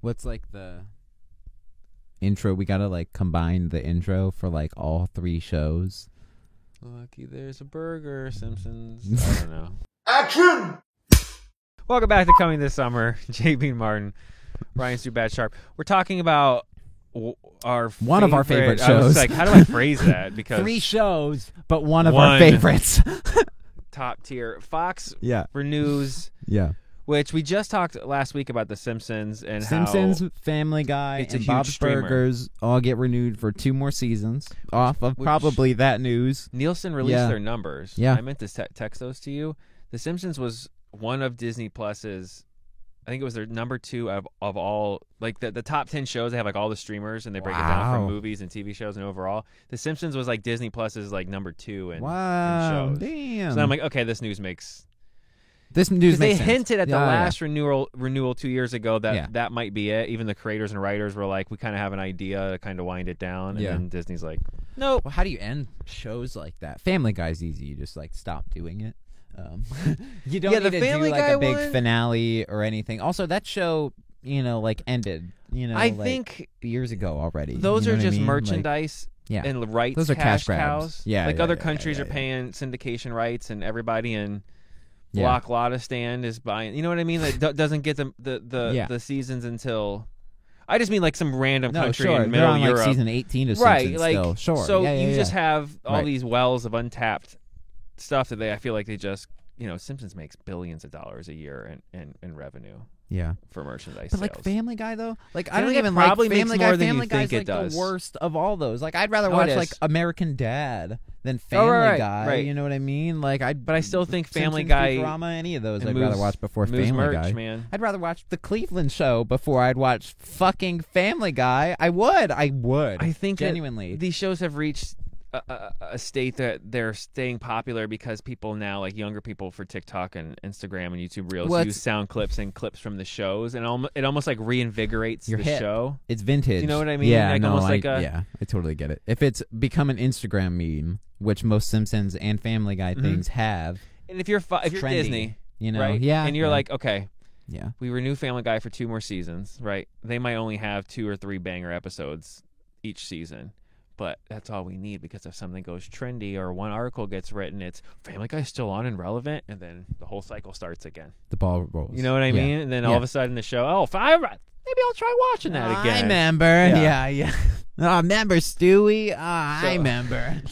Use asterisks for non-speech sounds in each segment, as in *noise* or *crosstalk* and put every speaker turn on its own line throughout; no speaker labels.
What's like the intro? We gotta like combine the intro for like all three shows.
Lucky there's a *laughs* burger, Simpsons. I don't know.
Action!
*laughs* Welcome back to Coming This Summer. *laughs* J. Bean Martin, Ryan Stubat Sharp. We're talking about w- our
One of our favorite
I was
shows.
like, how do
*laughs*
I phrase that? Because
Three shows, but one of our
One.
favorites. *laughs*
top tier Fox
yeah,
renews,
yeah.
which we just talked last week about the Simpsons and how-
Simpsons, Family Guy,
It's a
and
huge
Bob's
streamer.
Burgers all get renewed for two more seasons. Off of
which-
probably that news.
Nielsen released
Yeah.
their numbers.
Yeah.
I meant to te- text those to you. The Simpsons was one of Disney Plus's. I think it was their number two of, of all like the, the top ten shows. They have like all the streamers and they break it down
Wow.
from movies and TV shows and overall. The Simpsons was like Disney Plus's like number two and
Wow,
shows.
damn.
so I'm like, okay, this news makes
this news
because they
makes sense.
hinted at the
Yeah, yeah.
last renewal renewal two years ago that
Yeah.
that might be it. Even the creators and writers were like, we kind of have an idea to kind of wind it down, and
Yeah.
then Disney's like,
Well, how do you end shows like that? Family Guy's easy. You just like stop doing it. Um, *laughs* you don't
Yeah, the
need to
Family
do like
Guy
a big
one-
finale or anything. Also, that show, you know, like ended. You know,
I
like,
think
years ago already.
Those
You know
are
what I
just
mean? Like,
merchandise
yeah.
and rights.
Those are cash grabs.
cows.
Yeah,
like
yeah,
other
yeah,
countries
yeah,
are
yeah.
paying syndication rights, and everybody in
Yeah.
Block Lottastand is buying. You know what I mean? Like do- doesn't get the the the,
Yeah.
the seasons until. I just mean like some random
no,
country
sure. They're
in middle
on
Europe,
like season eighteen of
right?
Simpsons
like
still. Sure.
so
yeah, yeah,
you
yeah.
just have all
Right.
these wells of untapped stuff that they. I feel like they just you know Simpsons makes billions of dollars a year in in, in revenue
yeah.
for merchandise
But
sales.
like Family Guy though, like I don't
Family Guy
even
probably
like
makes
Family
more
Guy.
than you
Family Guy's
think it
like
does.
the worst of all those. Like I'd rather
Oh, it
watch
is. Oh,
like American Dad than Family
right,
Guy.
right.
You know what I mean? Like I,
but I still think Family
Simpsons,
Guy
Futurama, any of those,
and
I'd
moves-
rather watch before
moves
Family
merch,
Guy.
man.
I'd rather watch the Cleveland Show before I'd watch fucking Family Guy. I would. I would.
I think that
genuinely.
these shows have reached a, a, a state that they're staying popular because people now, like younger people, for TikTok and Instagram and YouTube Reels,
Well,
use
it's-
sound clips and clips from the shows, and almo- it almost like reinvigorates
You're
the
hip.
show.
it's vintage.
you know what I mean?
Yeah,
Like,
no,
almost
I,
like a-
yeah, I totally get it. If it's become an Instagram meme, which most Simpsons and Family Guy
Mhm.
things have,
And if you're fi- if
it's
you're
trendy,
Disney,
you know,
right?
yeah,
and you're
yeah,
like, okay,
yeah.
we renew Family Guy for two more seasons, right? They might only have two or three banger episodes each season. But that's all we need because if something goes trendy or one article gets written, it's Family Guy's still on and relevant, and then the whole cycle starts again.
the ball rolls.
You know what I
Yeah.
mean? And then all of
Yeah.
a sudden the show, oh, five, maybe I'll try watching that
I
again.
remember. Yeah,
Yeah.
yeah. *laughs* I remember Stewie. Ah, I
So- *laughs*
remember.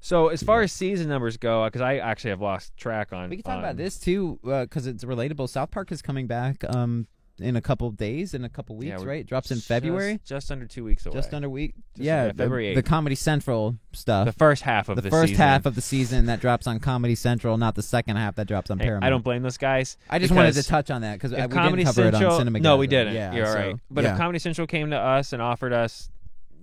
So as far as season numbers go, because I actually have lost track on.
We can talk
on-
about this too, because it's relatable. South Park is coming back um in a couple days, in a couple
Yeah,
weeks,
we're
right? Drops in
just-
February,
Just, under two weeks away.
just under a week.
Just
yeah,
under-
the-
February
the,
8th.
Comedy Central stuff.
the first half of
The
the
first
season.
half of the season that drops on Comedy Central, not the second half that drops on
Hey,
Paramount.
I don't blame those guys.
I just wanted to
because
touch on that because we
if
didn't
Comedy
cover it
Central.
on Cinema.
no, we didn't.
Yeah,
You're all
so-
right. But
yeah.
if Comedy Central came to us and offered us,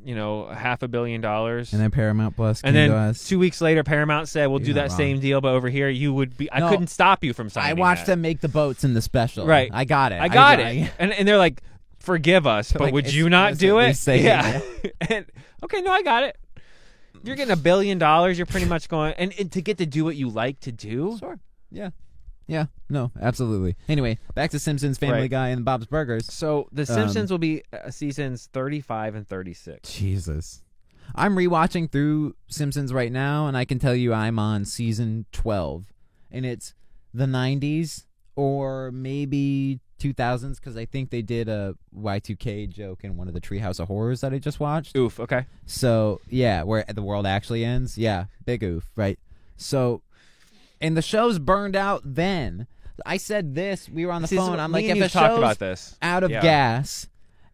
you know, half a billion dollars,
and then Paramount Plus
and
came
then
to us.
two weeks later, Paramount said, "We'll
You're
do
not
that
wrong.
same deal, but over here, you would be." I
No.
couldn't stop you from signing.
I watched
that.
them make the boats in the special.
Right.
I got it.
I got
I-
it. And and they're like, forgive us, but
like,
would you not do
explicitly
it?
saying
yeah. *laughs* and, okay, no, I got it. You're getting a billion dollars. You're pretty much going and, and to get to do what you like to do.
*laughs* Sure. Yeah. Yeah. No, absolutely. Anyway, back to Simpsons, Family
Right.
Guy, and Bob's Burgers.
So The Simpsons will be uh, seasons 35 and 36.
Jesus. I'm rewatching through Simpsons right now, and I can tell you I'm on season 12. And it's the 90s or maybe 2000s because I think they did a Y2K joke in one of the Treehouse of Horrors that I just watched.
Oof. Okay.
So yeah, where the world actually ends. Yeah, big oof, right? So, and the show's burned out. Then I said this. We were on the
This is-
phone. I'm
me
like,
and
if
you
the
talked
show's
about this.
out of
Yeah.
gas,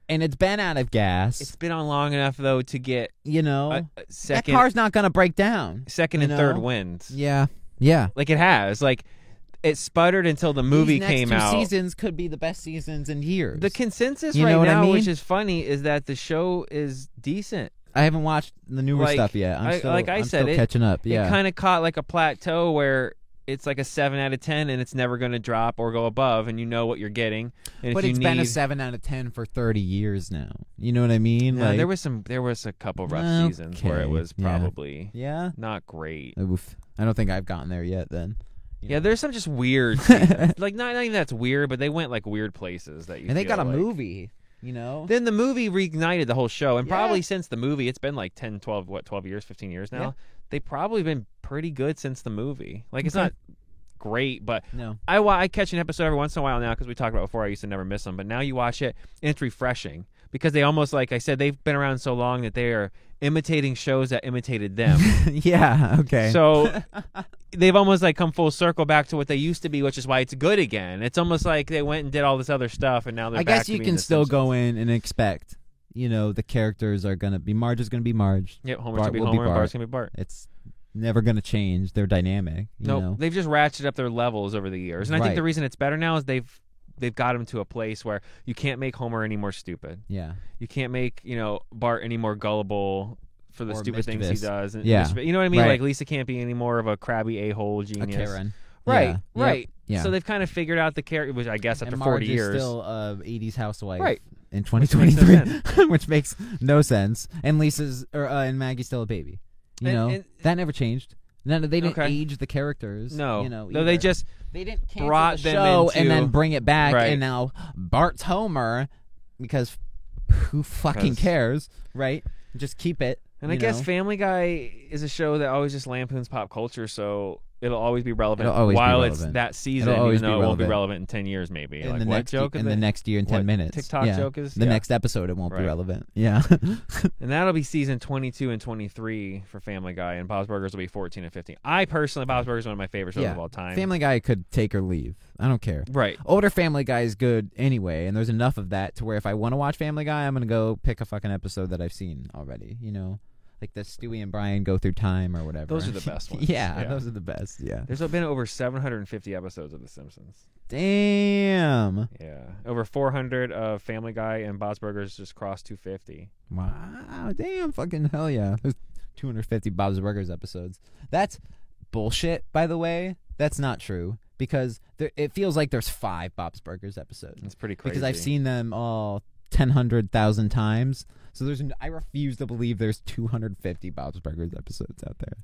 and it's been out of gas,
It's been on long enough though to get
you know,
a, a
that
second,
car's not gonna break down.
second
you
and third
know?
wins.
Yeah, yeah.
Like it has. Like it sputtered until the movie
These next
came
two
out.
Seasons could be the best seasons in years.
The consensus
You
right
know what I
now,
mean?
which is funny, is that the show is decent.
I haven't watched the newer
Like,
stuff yet. I'm
I-
still,
like I
am
said,
still
it-
catching up. Yeah,
It kind of caught like a plateau where it's like a seven out of ten, and it's never going to drop or go above, and you know what you're getting. And
but
if you
it's
need,
been a seven out of ten for 30 years now. You know what I mean?
No,
like,
there was some, there was a couple rough seasons where it
Okay,
was
yeah.
probably
yeah.
not great.
Oof. I don't think I've gotten there yet then. You
Yeah,
know.
there's some
*laughs*
just weird, seasons. like not, not even that's weird, but they went like weird places that you.
and they
feel
got a
like-
movie. You know,
Then the movie reignited the whole show, and
Yeah.
probably since the movie, it's been like 10, 12, what, 12 years, 15 years now.
Yeah.
They've probably been pretty good since the movie. Like, it's
Okay.
not great, but *laughs*
no, *laughs*
I, wa- I catch an episode every once in a while now because we talked about it before. I used to never miss them, but now you watch it, and it's refreshing because they almost, like I said, they've been around so long that they are imitating shows that
*laughs*
imitated them.
yeah, okay,
So *laughs* they've almost like come full circle back to what they used to be, which is why it's good again. It's almost like they went and did all this other stuff, and now they're.
I
back
guess
to
you
being
can
The
still
Simpsons.
go in and expect, you know, the characters are gonna be Marge is gonna be Marge.
Yep, Homer's
Bart
gonna be
will be
Homer, and
Bart.
Bart's gonna be Bart.
It's never gonna change their dynamic. You
No,
know,
they've just ratcheted up their levels over the years, and I think the
Right.
reason it's better now is they've they've got him to a place where you can't make Homer any more stupid.
yeah,
You can't make you know Bart any more gullible for the
Or
stupid things he
mischievous.
does. And
Yeah.
mischievous- you know what I mean.
Right.
Like Lisa can't be any more of a crabby a hole
a
genius.
Karen,
Right,
Yeah.
right.
Yep. yeah.
So they've kind of figured out the character, which I guess after
and
forty
Marge
years,
is still a '80s housewife,
Right.
In
Which makes no
2023, *laughs* which makes no sense. And Lisa's or uh, and Maggie's still a baby. You
And-
know
and-
that never changed. None, they didn't
Okay.
age the characters.
no,
you know,
no, they
either.
just
they didn't cancel
brought
the
them
show
into-
and then bring it back,
Right.
and now Bart's Homer because who fucking
'Cause-
cares, right? Just keep it.
And I
you
guess
know?
Family Guy is a show that always just lampoons pop culture, so it'll always be relevant
It'll always be
while it's
relevant.
that season,
It'll always
even though
be
it won't be
relevant.
relevant in ten years, maybe.
in
like
the
what
next
joke?
in
is
the
it?
next year in
what
ten minutes,
TikTok
yeah.
joke is
The
yeah.
next episode, it won't
Right.
be relevant. *laughs* Yeah,
and that'll be season twenty-two and twenty-three for Family Guy, and Bob's Burgers will be fourteen and fifteen. I personally, Bob's Burgers is one of my favorite shows
Yeah.
of all time.
Family Guy could take or leave. I don't care.
right?
older Family Guy is good anyway, and there's enough of that to where if I want to watch Family Guy, I'm gonna go pick a fucking episode that I've seen already. You know, like the Stewie and Brian go through time or whatever.
Those are
*laughs*
the best ones.
yeah,
Yeah.
those are the best. Yeah.
There's been over seven hundred and fifty episodes of The Simpsons.
Damn.
Yeah, over four hundred of Family Guy and Bob's Burgers just crossed two fifty.
Wow. Damn. Fucking hell yeah. There's 250 Bob's Burgers episodes. That's bullshit. By the way, that's not true because there, it feels like there's five Bob's Burgers episodes.
It's pretty crazy
because I've seen them all ten hundred thousand times. So there's, n- I refuse to believe there's 250 Bob's Burgers episodes out there.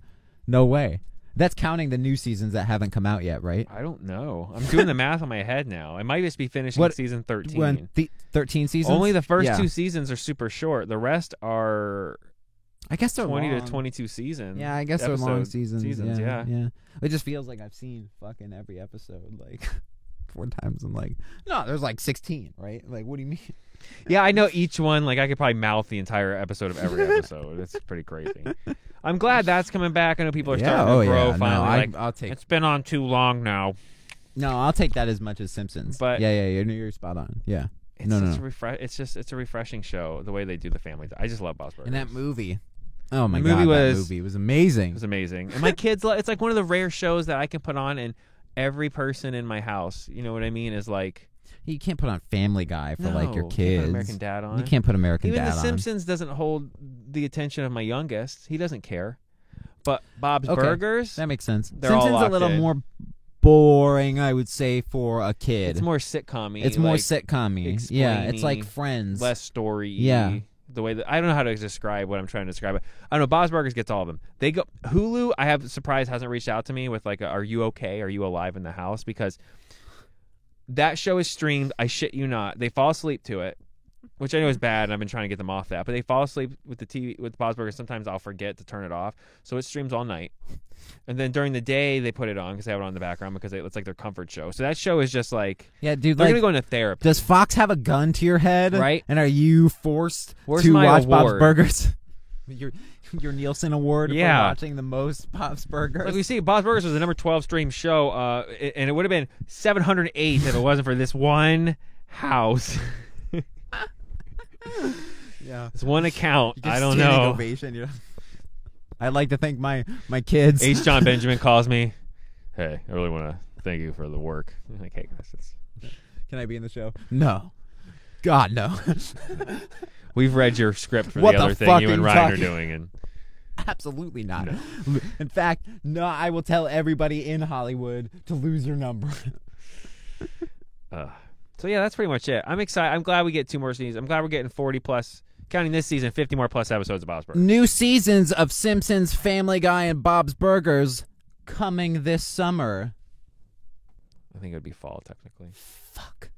No way. That's counting the new seasons that haven't come out yet, right?
I don't know. I'm doing the math on my head now. I might just be finishing
What-
season 13.
When th- 13 seasons.
Only the first
Yeah.
two seasons are super short. The rest are
I guess they're
20
long.
to 22 seasons.
Yeah, I guess they're long
episodes-
seasons.
seasons,
yeah,
yeah.
It just feels like I've seen fucking every episode like *laughs* four times. I'm like, no, there's like 16, right? Like, what do you
*laughs*
mean?
Yeah, I know each one. Like I could probably mouth the entire episode of
*laughs*
every episode. it's pretty crazy. I'm glad that's coming back. I know people are starting to grow finally.
oh, No,
like
I, will take
it's been on too long now.
no, I'll take that as much as Simpsons.
But-
yeah, yeah, you're, you're spot on. Yeah,
It's
No, no,
just
no.
A refre- It's just it's a refreshing show. The way they do the family. I just love Boss Burgers.
And that movie. Oh my
The movie
god,
was-
that movie was
It
amazing.
was amazing.
*laughs*
And my kids, lo- it's like one of the rare shows that I can put on, and every person in my house, you know what I mean, is like,
You can't put on Family Guy for like
"No,
your
you can't put
kids.
American Dad on.
You can't put American
Even
Dad
The
on.
Simpsons doesn't hold the attention of my youngest. He doesn't care. But Bob's
Okay.
Burgers,
That makes sense.
They're all
Simpsons a
locked
little
in.
more boring, I would say, for a kid.
it's more sitcom.
It's more sitcom-y. Yeah, it's
explainy,
like Friends.
less story.
Yeah.
The way that I don't know how to describe what I'm trying to describe. I don't know. Bob's Burgers gets all of them. They go Hulu. I have surprised hasn't reached out to me with like, a, "Are you okay? Are you alive in the house?" Because that show is streamed. I shit you not. They fall asleep to it, which I know is bad, and I've been trying to get them off that. But they fall asleep with the TV with Bob's Burgers. Sometimes I'll forget to turn it off, so it streams all night. And then during the day they put it on because they have it on in the background because they, it's like their comfort show. So that show is just like
yeah, dude.
they're
Like,
gonna go into therapy.
does Fox have a gun to your head?
Right.
And are you forced
Where's
to
my
watch
award?
Bob's Burgers? *laughs* your your Nielsen Award
Yeah.
for watching the most Bob's Burgers.
Like we see, Bob's Burgers was the number twelve stream show, uh, a- and it would have been seven hundred eight if it wasn't for this one house,
*laughs* yeah.
this one account.
You just
I don't
standing
know.
ovation, you know? *laughs* I'd like to thank my my kids.
H. John Benjamin calls me. *laughs* Hey, I really want to thank you for the work. I'm like, hey, guys, it's-
*laughs* Can I be in the show? No. God no. *laughs*
we've read your script for
What
the
the
other thing
fuck
you
are
and
you
Ryan are
talking-
doing, and
Absolutely not.
No.
*laughs* In fact, no, I will tell everybody in Hollywood to lose your number. *laughs*
uh, so yeah, that's pretty much it. I'm excited. I'm glad we get two more seasons. I'm glad we're getting forty plus, counting this season, fifty more plus episodes of Bob's Burgers.
New seasons of Simpsons, Family Guy, and Bob's Burgers coming this summer.
I think it would be fall technically.
Fuck.